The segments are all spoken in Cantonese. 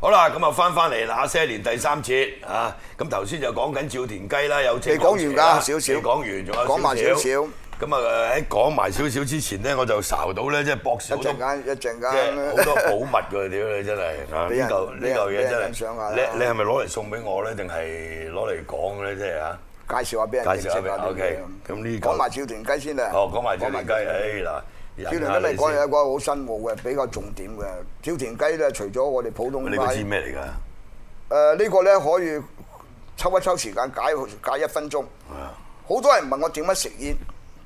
好啦，咁啊翻翻嚟那些年第三節啊，咁頭先就講緊照田雞啦，有未講完㗎少少未講完，仲有講埋少少咁啊喺講埋少少之前咧，我就睄到咧，即係博士一好多陣間一陣即係間好 多寶物㗎，屌你真係啊！俾呢人嚿呢俾人嚿嘢俾人真欣賞下係，啦你你係咪攞嚟送俾我咧，定係攞嚟講咧？即係啊！介紹下俾人介紹下俾認識啲 OK，嘢咁呢嚿講埋小團雞先啦。哦，講埋照田雞，小團雞唉嗱，小忍下團雞你嚟講有一先。個好新奧嘅，比較重點嘅。小團雞咧，除咗我哋普通你個知咩嚟㗎？誒呢個咧可以抽一抽時間解解一分鐘。好多人問我點樣食煙，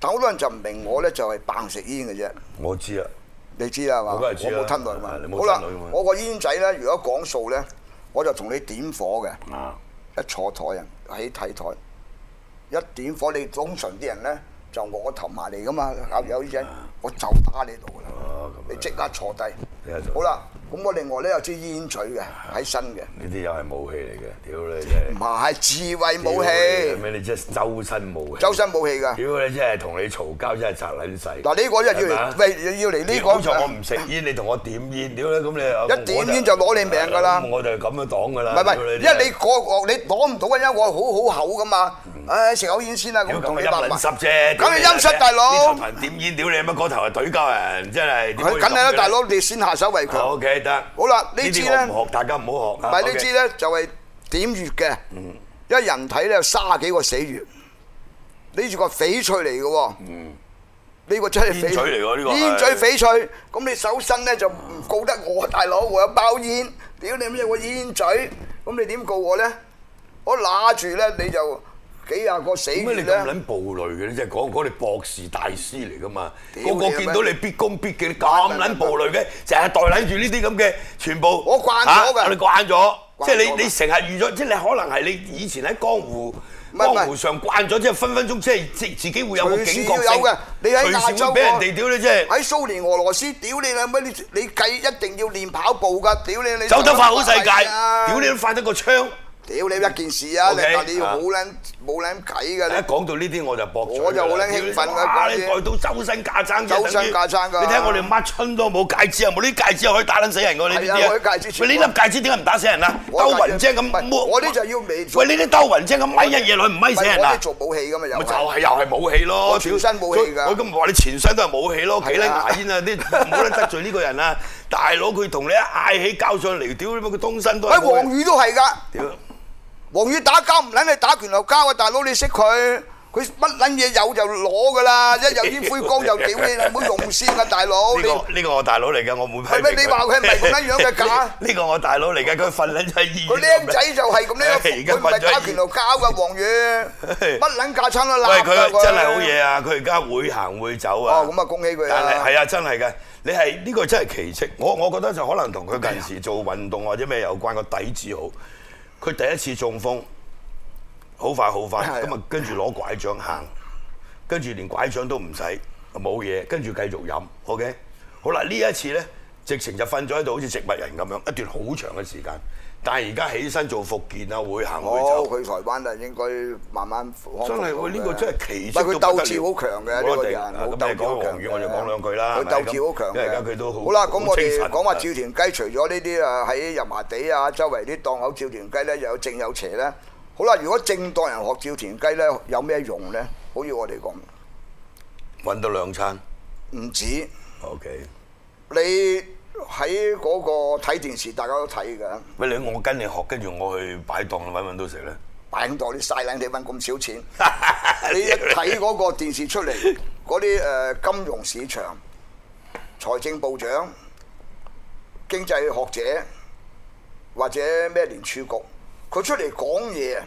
但好多人就唔明我咧就係扮食煙嘅啫。我知啊，你知啦係嘛？我梗係知啦啊冇吞落去嘛係你。冇好啦吞落去嘛，我個煙仔咧，如果講數咧，我就同你點火嘅。啊，一坐台啊，喺睇台，一點火你通常啲人咧就我頭埋嚟噶嘛，有有啲人我就打你度噶啦哦，咁樣你即刻坐低即刻。坐好啦，咁我另外咧有支煙嘴嘅喺身嘅，呢啲又係武器嚟嘅，屌你真係唔。係智慧武屌你器，咩？你真係周身武器。周身武器噶。屌你真係同你嘈交真係拆撚細。嗱呢個一係咪要啊嚟，喂要嚟呢個好在我唔食煙，你同我點煙，屌你咁你又一點煙就攞你命㗎啦咁我就咁樣擋㗎唔啦。係唔係屌，真因為你嗰個你攞唔到嘅，因為我好好口噶嘛。唉，食口煙先啦，屌咁同咁你啊話陰撚濕啫，梗係陰濕屌你大佬呢頭人點煙，屌你乜嗰頭係懟交人，真係。佢梗係啦，大佬你先下手為強。 O K 得。好啦呢支啲呢我唔學，大家唔好學唔啊。係 OK 嗯呢支咧就係點穴嘅，因為人體咧有卅幾個死穴，呢住個翡翠嚟嘅喎。呢個真係翡嗯煙嘴嚟喎呢個係煙嘴翡翠，咁你手身咧就唔告得我大佬，我有包煙，屌你咩有個煙嘴，咁你點告我咧？我揦住咧你就幾廿個死穴點解你咁咧，撚暴戾嘅？你真係講講你博士大師嚟噶嘛？屌個個你見咩到你必攻必嘅，你咁撚暴戾嘅，成日袋撚住呢啲咁嘅，全部我慣咗㗎嚇你慣咗，慣咗㗎即係你你成日預咗，即係你可能係你以前喺江湖唔係唔係江湖上慣咗，即係分分鐘即係自自己會有個隨警時覺性，要有嘅。你喺亞隨時洲會俾人哋屌你即係喺蘇聯俄羅斯，屌你兩乜？你你計一定要練跑步㗎，屌你你走得快好世界，係啊屌你都快得個槍。屌你一件事啊！你 OK，但你要啊哎好撚冇撚計一㗎，你講到呢啲我就駁嘴㗎啦我就好撚興奮㗎哇講你啲蓋到周身架撐嘅，周身架撐㗎等於你睇我哋乜春都冇戒指啊，冇呢啲戒指啊可以打撚死人㗎，你知唔知係啊我啲戒指全部喂，呢粒戒指點解唔打死人啊？我兜啲戒指雲精唔咁係摸，我啲就要未做喂，呢啲兜雲精咁咪一嘢女唔咪唔死係人我啊哋？做武器㗎嘛又咪就係。係又係武器咯，我全身武器㗎我今日話你全身都係武器咯，幾係撚啊牙煙啊！啲唔好撚得罪呢個人啊！大佬佢同你一嗌起交上嚟，屌你媽佢通身都喂，係武器。黃宇都係㗎，屌黃宇打交唔撚係打拳頭交啊！大佬你識佢，佢乜撚嘢有就攞㗎啦，一有煙灰缸就屌你啦，唔好用先啊，大 佬呢你。個呢個我大佬嚟㗎，我唔會批係咪評你話佢係咪咁樣樣嘅架 呢呢個我大佬嚟㗎，佢瞓撚咗喺醫院。佢僆仔就 係咁咧，哎而家佢唔係瞓咗打醫拳頭交㗎， 黃宇乜撚架撐都喂，攬㗎佢真係好嘢啊！佢而家會行會走啊！哦咁啊恭喜佢啊但係係啊，真係嘅，你係呢個真係奇蹟。我我覺得就可能同佢近時做運動或者咩有關個底子好。佢第一次中風，好快好快，係啊咁啊跟住攞拐杖行，跟住連拐杖都唔使，冇嘢，跟住繼續飲，OK。好啦，呢一次咧，直情就瞓咗喺度，好似植物人咁樣，一段好長嘅時間。但係而家起身做復健啊，會行會哦走，。佢台灣啊，應該慢慢康復真係喎，呢個真係奇蹟唔係佢到不得鬥志了好強嘅冇呢個得人，頂啊好咁鬥你志好講強黃嘅宇，我就講兩句啦。佢係咪鬥志好強因為而家嘅。佢都好好啦，咁我精哋神講話啊照田雞，除咗呢啲啊喺油麻地啊周圍啲檔口照田雞咧，又有正有邪咧。好啦，如果正當人學照田雞咧，有咩用咧？好似我哋講，揾到兩餐。唔止 OK，你喺嗰個睇電視，大家都睇㗎。喂你我跟你學，跟住我去擺檔揾唔揾到食咧？擺喺度啲嘥冷地揾咁少錢，你一睇嗰個電視出嚟，嗰啲誒金融市場、財政部長、經濟學者或者咩聯儲局，佢出嚟講嘢，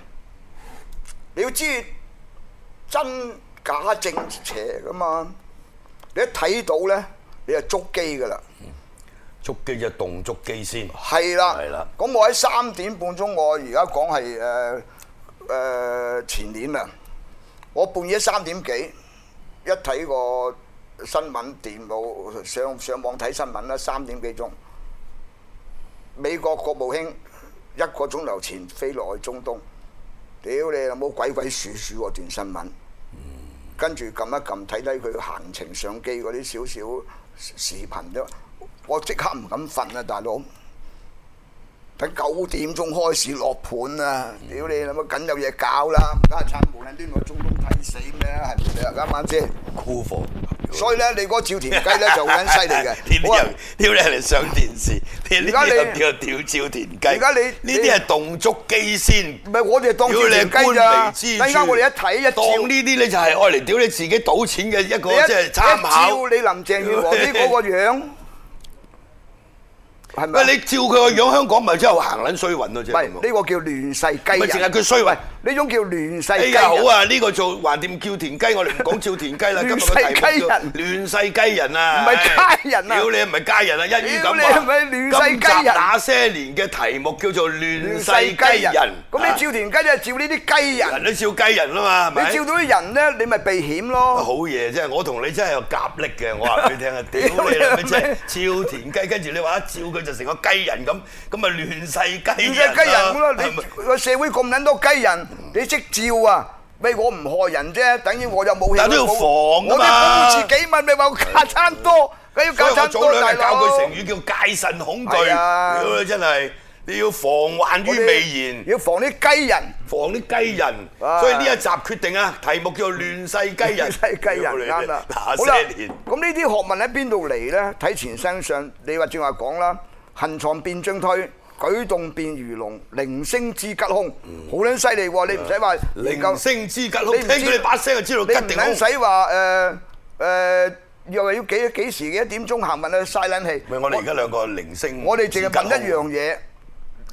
你要知真假正邪噶嘛，你一睇到咧，你就捉機噶啦。捉機就動捉機先。係啦，係啦咁我喺三點半鐘，我而家講係誒誒前年啊，我半夜三點幾一睇個新聞電腦上上網睇新聞啦，三點幾鐘，美國國務卿一個鐘頭前飛落去中東，屌你有冇鬼鬼祟祟嗰段新聞？跟住撳一撳睇睇佢行程相機嗰啲少少視頻啫，我即刻唔敢瞓啊，大佬！等九點鐘開始落盤啊！屌你諗乜緊有嘢搞啦！唔家產無論端個中東睇死咩啦，係咪啊？啱唔啱先？酷貨。所以咧，你嗰個照田雞咧就好撚犀利 嘅。好啊呢啲又屌你嚟上電視，呢而啲家你又屌屌照田雞。而家你呢啲係動捉機先。唔係我哋當照屌你田雞官咋？微突之然間我哋一睇一當照。呢啲咧就係愛嚟屌你自己賭錢嘅一個你即係參考。一照你林鄭月娥啲嗰個樣，係咪啊？喂，你照佢個樣，香港咪真係行撚衰運咯，唔即係係。呢個叫亂世雞咪人，淨係佢衰運。呢種叫亂世哎雞呀，好人。啊！呢個做橫掂叫田雞，我哋唔講照田雞啦。今日個題目叫亂世雞人啊！唔係雞人啊屌你唔係家人啊！一於咁屌你係咪亂世雞人今集那些年嘅題目叫做亂亂世世雞雞人啊人。，À. 咁你照田雞就係照呢啲雞人人，都照雞人啦嘛，係咪？你照到啲人咧，你咪避險好咯。嘢真係，我同你真係有夾力嘅，我話俾你聽 啊！屌你啦，咪真係照田雞，跟住你話一照佢就成個雞人咁，咁咪亂世雞亂人世啦雞人咯，係咪你個社會咁撚多雞人，你識照啊？喂，我唔害人啫，等於我又冇氣，但都要我冇防㗎嘛我啲工資幾蚊，咪話我架餐多，梗所要以架我餐早多，大兩日教佬佢。成語叫戒慎恐懼，係啊屌你真係你要防患於我哋未然，要防啲雞人。防啲雞人。啊所以呢一集決定啊，題目叫做亂世雞 人。西雞人啱啦，嗱好啦些年，咁呢啲學問喺邊度嚟咧？睇前身上，你話正話講啦，行藏變進退，舉動變如龍，靈聲至吉凶，好撚犀利喎！你唔使話研究靈聲之吉，你聽唔知佢哋把聲就知道你唔吉定撚凶。使話誒誒，又話要幾幾時幾一點鐘行運啊，嘥撚氣。喂，我哋而家兩個靈聲，我哋淨係問一樣。嘢，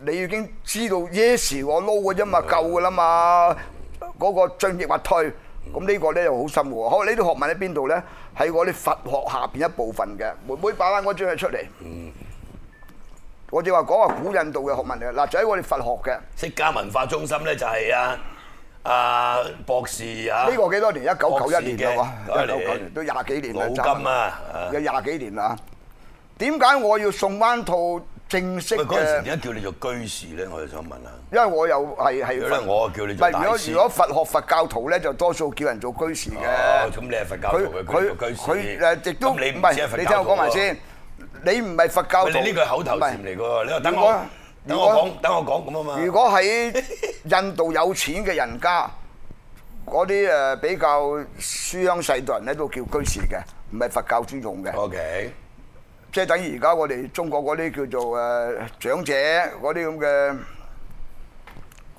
你已經知道 yes 我撈嘅啫嘛，夠嘅啦嘛，嗰、個進亦或退，咁呢個咧就好深喎。好，呢啲學問喺邊度咧？喺我哋佛學下邊一部分嘅，妹妹擺翻嗰張嘢出嚟。我哋話講話古印度嘅學問嚟嘅，嗱就喺我哋佛學嘅，呢、釋迦文化中心咧就係啊啊博士啊，個幾多年？一九九一年啦博喎，士一嘅九九年都廿幾年啦，老差唔金多啊，有廿幾年啦。點解我要送翻套正式喂嗰陣時嘅？點解叫你做居士咧？我就想問下。因為我又係係如果咧我就叫你唔做係大如果師如果佛學佛教徒咧，就多數叫人做居士嘅。哦，咁你係佛教徒嘅，佢佢佢係居士。佢誒，亦都咁你唔唔止係係佛你教徒喎聽我講埋。先，你唔係佛教喂徒。你呢句口頭唔禪係嚟嘅喎，你話等如果我等如我講等我果講咁啊嘛。如果喺印度有錢嘅人家，嗰啲誒比較書香世代人咧，都叫居士嘅，唔係佛教專用嘅。 OK，即係等於而家我哋中國嗰啲叫做誒、呃、長者嗰啲咁嘅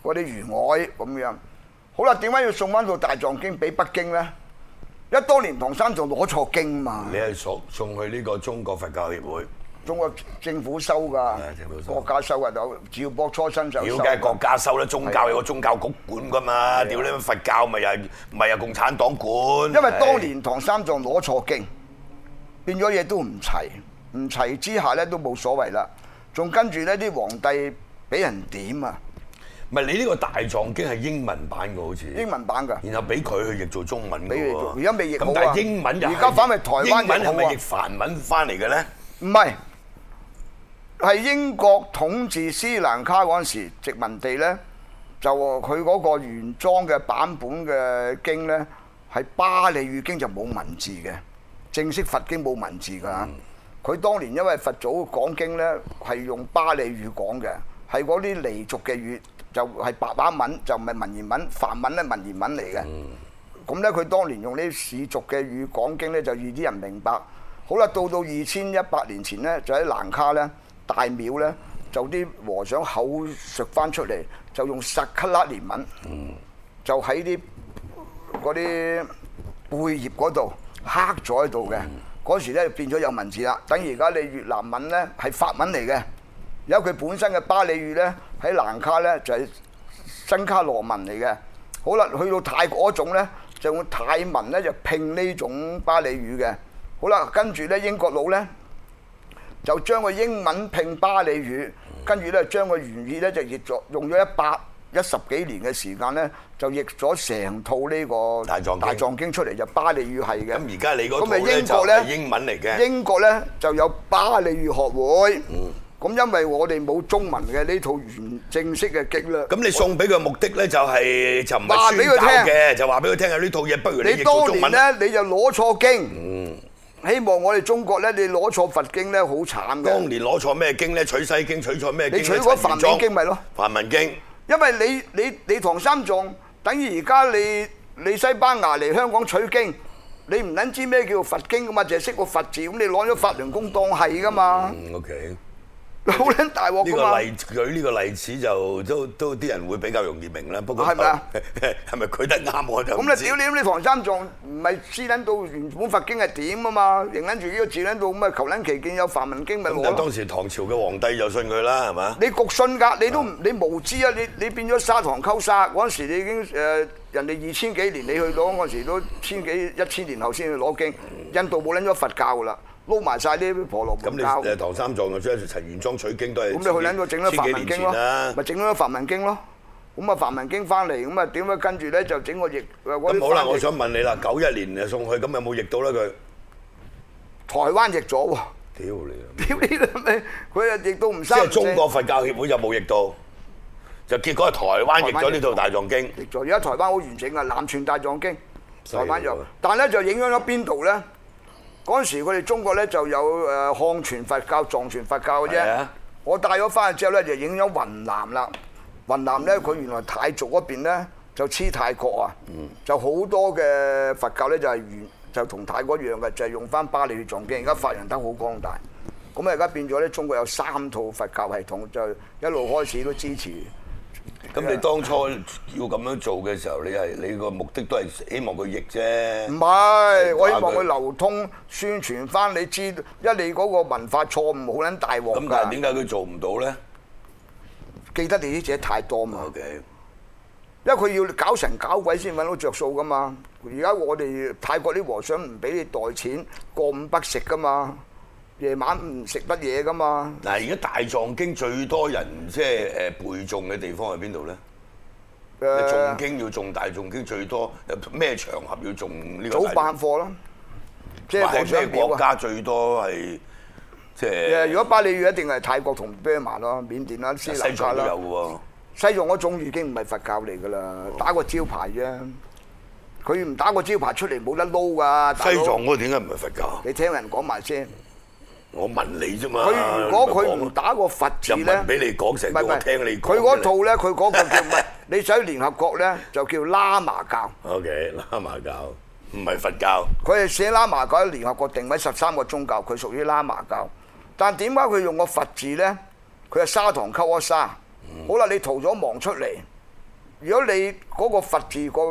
嗰啲餘外咁樣。好啦，點解要送翻到大藏經俾北京咧？一當年唐三藏攞錯經嘛你，係送送去呢個中國佛教協會，中國政府收㗎係啊政府，收國家收㗎，就趙博初身就屌收梗。係國家收啦，宗教有個宗教局管㗎嘛，屌你佛教咪又係咪又共產黨管？因為當係年唐三藏攞錯經，變咗嘢都唔齊，唔齊之下咧都冇所謂啦。仲跟住呢啲皇帝俾人點啊？唔係你呢個大藏經係英文版嘅好似，英文版㗎。然後俾佢去譯做中文嘅俾佢喎譯做。而家未譯好咁啊但係英文又係而家反為台灣譯好啊英文係咪譯梵文翻嚟嘅咧？唔係，係英國統治斯里蘭卡嗰陣時殖民地呢，就佢嗰個原裝嘅版本嘅經呢，係巴利語經就冇文字嘅，正式佛經冇文字㗎嚇。佢、當年因為佛祖講經呢，係用巴利語講嘅，係嗰啲離俗嘅語，就係、白話文，就唔係文言文，梵文咧文言文嚟嘅。咁咧，佢當年用呢啲世俗嘅語講經咧，就易啲人明白。好啦，到到二千一百年前咧，就喺蘭卡咧大廟咧，就啲和尚口述翻出嚟，就用薩克拉連文，就喺啲嗰啲貝葉嗰度刻咗喺度嘅。嗰時咧變咗有文字啦，等於而家你越南文咧係法文嚟嘅，而家佢本身嘅巴利語咧喺蘭卡咧就係新卡羅文嚟嘅。好啦，去到泰國嗰種咧，就用泰文咧就拼呢種巴利語嘅。好啦，跟住咧英國佬咧就將個英文拼巴利語，跟住咧將個原意咧就譯咗，用咗一百一十幾年嘅時間咧，就譯咗成套呢個大藏經大藏經出嚟，就巴利語係嘅。咁而家你嗰咁咪套咧英就國咧係英文嚟嘅。英國咧就有巴利語學會。咁因為我哋冇中文嘅呢套完正式嘅經略，咁你送俾佢目的咧就係就唔話係俾宣佢教聽嘅，就話俾佢聽有呢套嘢，不如你你譯做當中年文。咧你就攞錯經。希望我哋中國咧，你攞錯佛經咧，好慘當嘅。年攞錯咩經咧？取西經，取錯咩經呢？你取嗰陳梵元璋文經咪咯？梵文經因為你你你唐三藏，等於而家你你西班牙嚟香港取經，你唔撚知咩叫佛經噶嘛，淨係識個佛字，咁你攞咗法輪功當係噶嘛，嗯，OK。好撚大鑊呢噶嘛個。例舉呢個例子就都都啲人會比較容易明啦。不過係咪啊就 係咪佢得啱我就唔咁啊知你屌你咁你唐三藏唔係知撚到原本佛經係點啊嘛，認撚住呢個字撚到咁啊求撚其見有梵文經咪咁攞但係咯當。時唐朝嘅皇帝就信佢啦，係嘛？你焗信㗎，你都唔你無知啊！你你變咗砂糖溝沙嗰陣時，你已經誒、呃人哋二千幾年你去攞嗰陣時都千幾一千年後先去攞經，印度冇撚咗佛教㗎啦，撈埋晒啲婆羅咁門你教，誒咁唐三藏就將陳元璋取經都係你去撚咗整咗千梵幾文年經前咯啦，。咪整咗梵文經咯。咁啊梵文經翻嚟，咁啊點解跟住咧就整個譯嗰咁啲好啦，翻譯我想問你啦，九一年就送去，咁有冇譯到啦佢？台灣譯咗 喎。屌你啦！屌你老味，佢啊亦都唔即三係唔四中國佛教協會有冇譯到？就結果係台灣譯咗呢套《大藏經》，譯咗，而家台灣好完整啊，南傳大藏經，犀台利灣有喎，但係咧就影響咗邊度咧？嗰陣時佢哋中國咧就有誒漢傳佛教、藏傳佛教嘅係啫啊。我帶咗翻去之後咧，就影咗雲南啦。雲南嗯咧，佢原來泰族嗰邊咧就黐泰國啊，嗯就好多嘅佛教咧就係原就同泰國一樣嘅，就係用翻巴利語藏經。而家發揚得好光大，咁啊而家變咗咧，中國有三套佛教系統，就一路開始都支持。咁你當初要咁樣做嘅時候，你係你個目的都係希望佢譯唔啫。係，我希望佢流通宣傳翻，你知，因為你嗰個文化錯誤好撚大鑊咁但係點㗎。解佢做唔到咧記得你啲嘢太多嘛， ？OK，因為佢要搞神搞鬼先揾到着數㗎嘛。而家我哋泰國啲和尚唔俾你袋錢過午不食㗎嘛，夜晚唔食乜嘢㗎嘛。嗱而家《大藏經》最多人即係誒背誦嘅地方係邊度咧？誒誦經要誦大藏經最多，咩場合要誦呢個早大？辦課啦，即係或和係尚咩表國啊。家最多係即誒，係如果巴里語一定係泰國同burma 咯，緬甸啦、斯里西蘭卡藏都啦有。嘅喎。西藏嗰種已經唔係佛教嚟㗎啦，哦打個招牌啫。佢唔打個招牌出嚟冇得撈㗎。大佬西藏嗰個點解唔係佛教？你聽人講埋先。我問你啫嘛。佢如果佢你咪唔講打個佛字又唔咧係，啊俾你講成唔係我聽你講佢嗰啫套咧，佢嗰個叫唔係？你想聯合國咧就叫喇嘛教， OK，喇嘛教唔係佛教，佢係寫喇嘛教喺聯合國定位十三個宗教，佢屬於喇嘛教。但點解佢用個佛字咧？佢係砂糖溝一沙。好啦，你塗咗望出嚟。如果你嗰個佛字個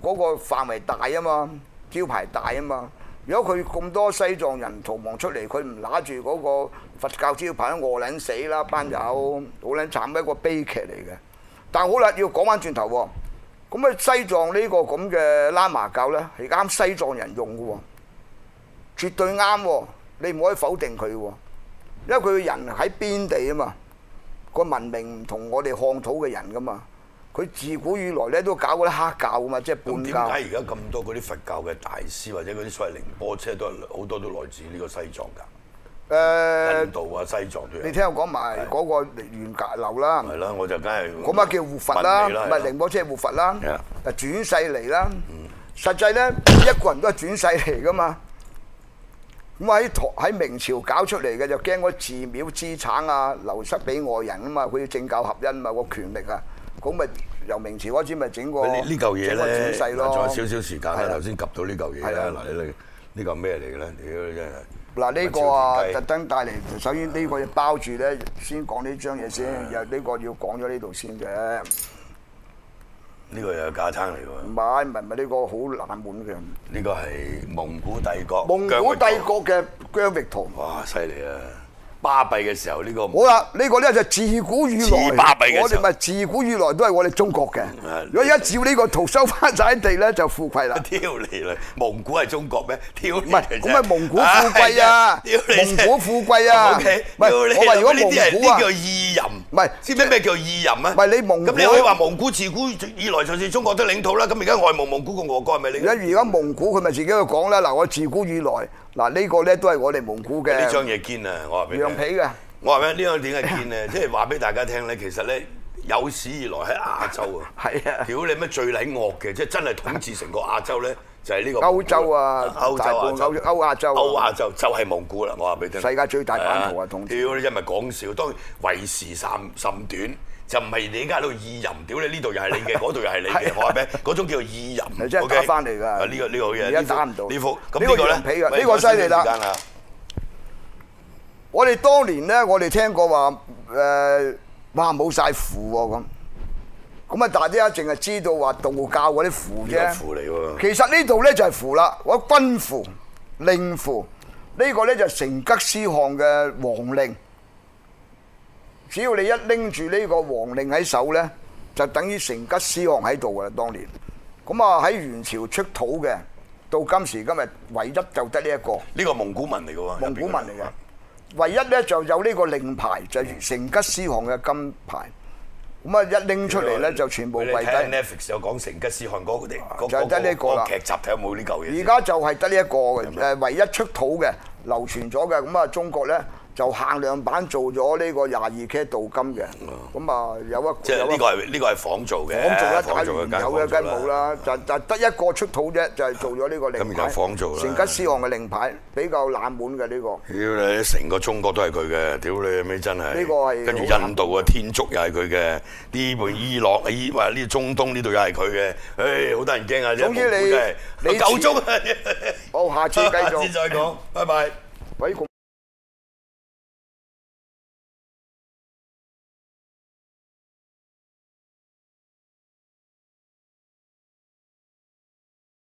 嗰個範圍大啊嘛，招牌大啊嘛，如果佢咁多西藏人逃亡出嚟，佢唔拿住嗰個佛教招牌，餓撚死啦班友，好撚慘，一個悲劇嚟嘅。但好啦，要講翻轉頭喎，咁啊西藏呢個咁嘅喇嘛教呢，係啱西藏人用嘅喎，絕對啱喎，你唔可以否定佢喎，因為佢嘅人喺邊地啊嘛。個文明唔同我哋漢土嘅人噶嘛，佢自古以來咧都搞嗰啲黑教噶嘛，即係咁半點教解。而家咁多嗰啲佛教嘅大師或者嗰啲所謂寧波車都係好多都來自呢個西藏㗎，誒、印度啊西藏都有。你聽我講埋嗰個原格流啦，係啦，我就梗係嗰班叫護佛啦，問唔你啦係寧波車護佛啦係啊，誒轉世嚟啦。實際咧，一個人都係轉世嚟噶嘛。咁喺唐喺明朝搞出嚟嘅就驚嗰寺廟資產啊流失俾外人啊嘛，佢要政教合一啊嘛個權力啊，咁咪由明朝開始咪哦整個呢呢嚿嘢整個轉咧，世嗱咯。仲有少少時間係啦啊，頭先及到呢嚿嘢係啊啦，嗱你你呢嚿咩嚟嘅咧？屌你真係嗱呢個啊文，朝天特雞登帶嚟，首先呢個要包住咧，先講呢張嘢先，又呢個要講咗呢度先嘅，呢個又係架撐嚟唔喎，係唔係唔係呢個好冷門嘅。呢個係蒙古帝國蒙古疆域帝國嘅疆域圖，哇，犀利啊！巴閉嘅時候，呢、個好啦，呢、個咧就自古以來，自巴閉嘅時候我哋咪自古以來都係我哋中國嘅啊。如果一照呢個圖收翻晒地咧，就富 貴啦。挑你啦！蒙古係中國咩？挑唔你啊係，咁咪蒙古富貴啊！蒙古富貴啊！ O K，唔係，我話如果蒙呢古啲啊，叫意淫，唔係知唔知咩叫意淫啊？唔係你蒙古咁你可以話蒙古自古以來就算中國都領土啦，咁而家外蒙蒙古共和國係咪而家領？而家蒙古佢咪自己去講啦。嗱，我自古以來嗱呢個咧都係我哋蒙古嘅呢張嘢堅啊！我話俾你聽羊皮嘅。我話咩？呢樣點係堅 咧？即係話俾大家聽咧，其實咧有史以來喺亞洲啊， 係啊屌你咩最撚惡嘅，即係真係統治成個亞洲咧，就係呢個歐洲啊 歐洲大啊半，歐歐亞洲啊歐亞洲就係蒙古啦，我話俾你聽，世界最大版圖啊統治屌你真係咪講笑？當然為時甚甚短。就唔係你而家喺度意淫，屌你呢度又係 你嘅，嗰度又係你係嘅啊，我話俾你聽嗰種叫意淫，你真係 OK？打返嚟㗎啊呢個呢個好嘢，而家呢幅打唔到呢幅，咁呢個呢個羊皮咧㗎，呢個犀利喂啦仲有少少時間啊我哋當年咧，我哋聽過話誒、哇冇晒符喎咁。咁啊，大家淨係知道話道教嗰啲符呢個啫。符嚟喎其實呢度咧就係符啦，我軍符、令符，呢、個咧就係成吉思汗嘅皇令。只要你一拎住呢個皇令喺手咧，就等於成吉思汗喺度噶啦。當年咁啊，喺元朝出土嘅，到今時今日唯一就得呢、一個。呢個蒙古文嚟嘅喎，蒙古文嚟嘅。唯一咧就有呢個令牌，就係成吉思汗嘅金牌。咁啊，一拎出嚟咧就全部你跪睇下低。 Netflix 有講成吉思汗嗰個地，嗰就係得呢一個啦嗰劇集睇有冇呢嚿嘢？而家就係得呢一個嘅，誒唯一出土嘅流傳咗嘅。咁啊，中國咧就限量版做咗呢個廿二 K 鍍金嘅。咁啊，有一哦即係呢個係呢個係仿造嘅，仿造一打仿造嘅完有嘅梗係冇。啦，就就得一個出土啫，就係做咗呢個令咁而牌。家仿造啦成吉思汗嘅令牌比較冷門嘅呢個。屌你，成個中國都係佢嘅，屌你咩真係？呢個係跟住印度啊，天竺又係佢嘅，呢本伊朗啊，伊話呢中東呢度又係佢嘅，唉，好得人驚啊！總之真係你蒙古真係夠你鐘啊！ 好下次繼續下次再講，拜拜。喂，咁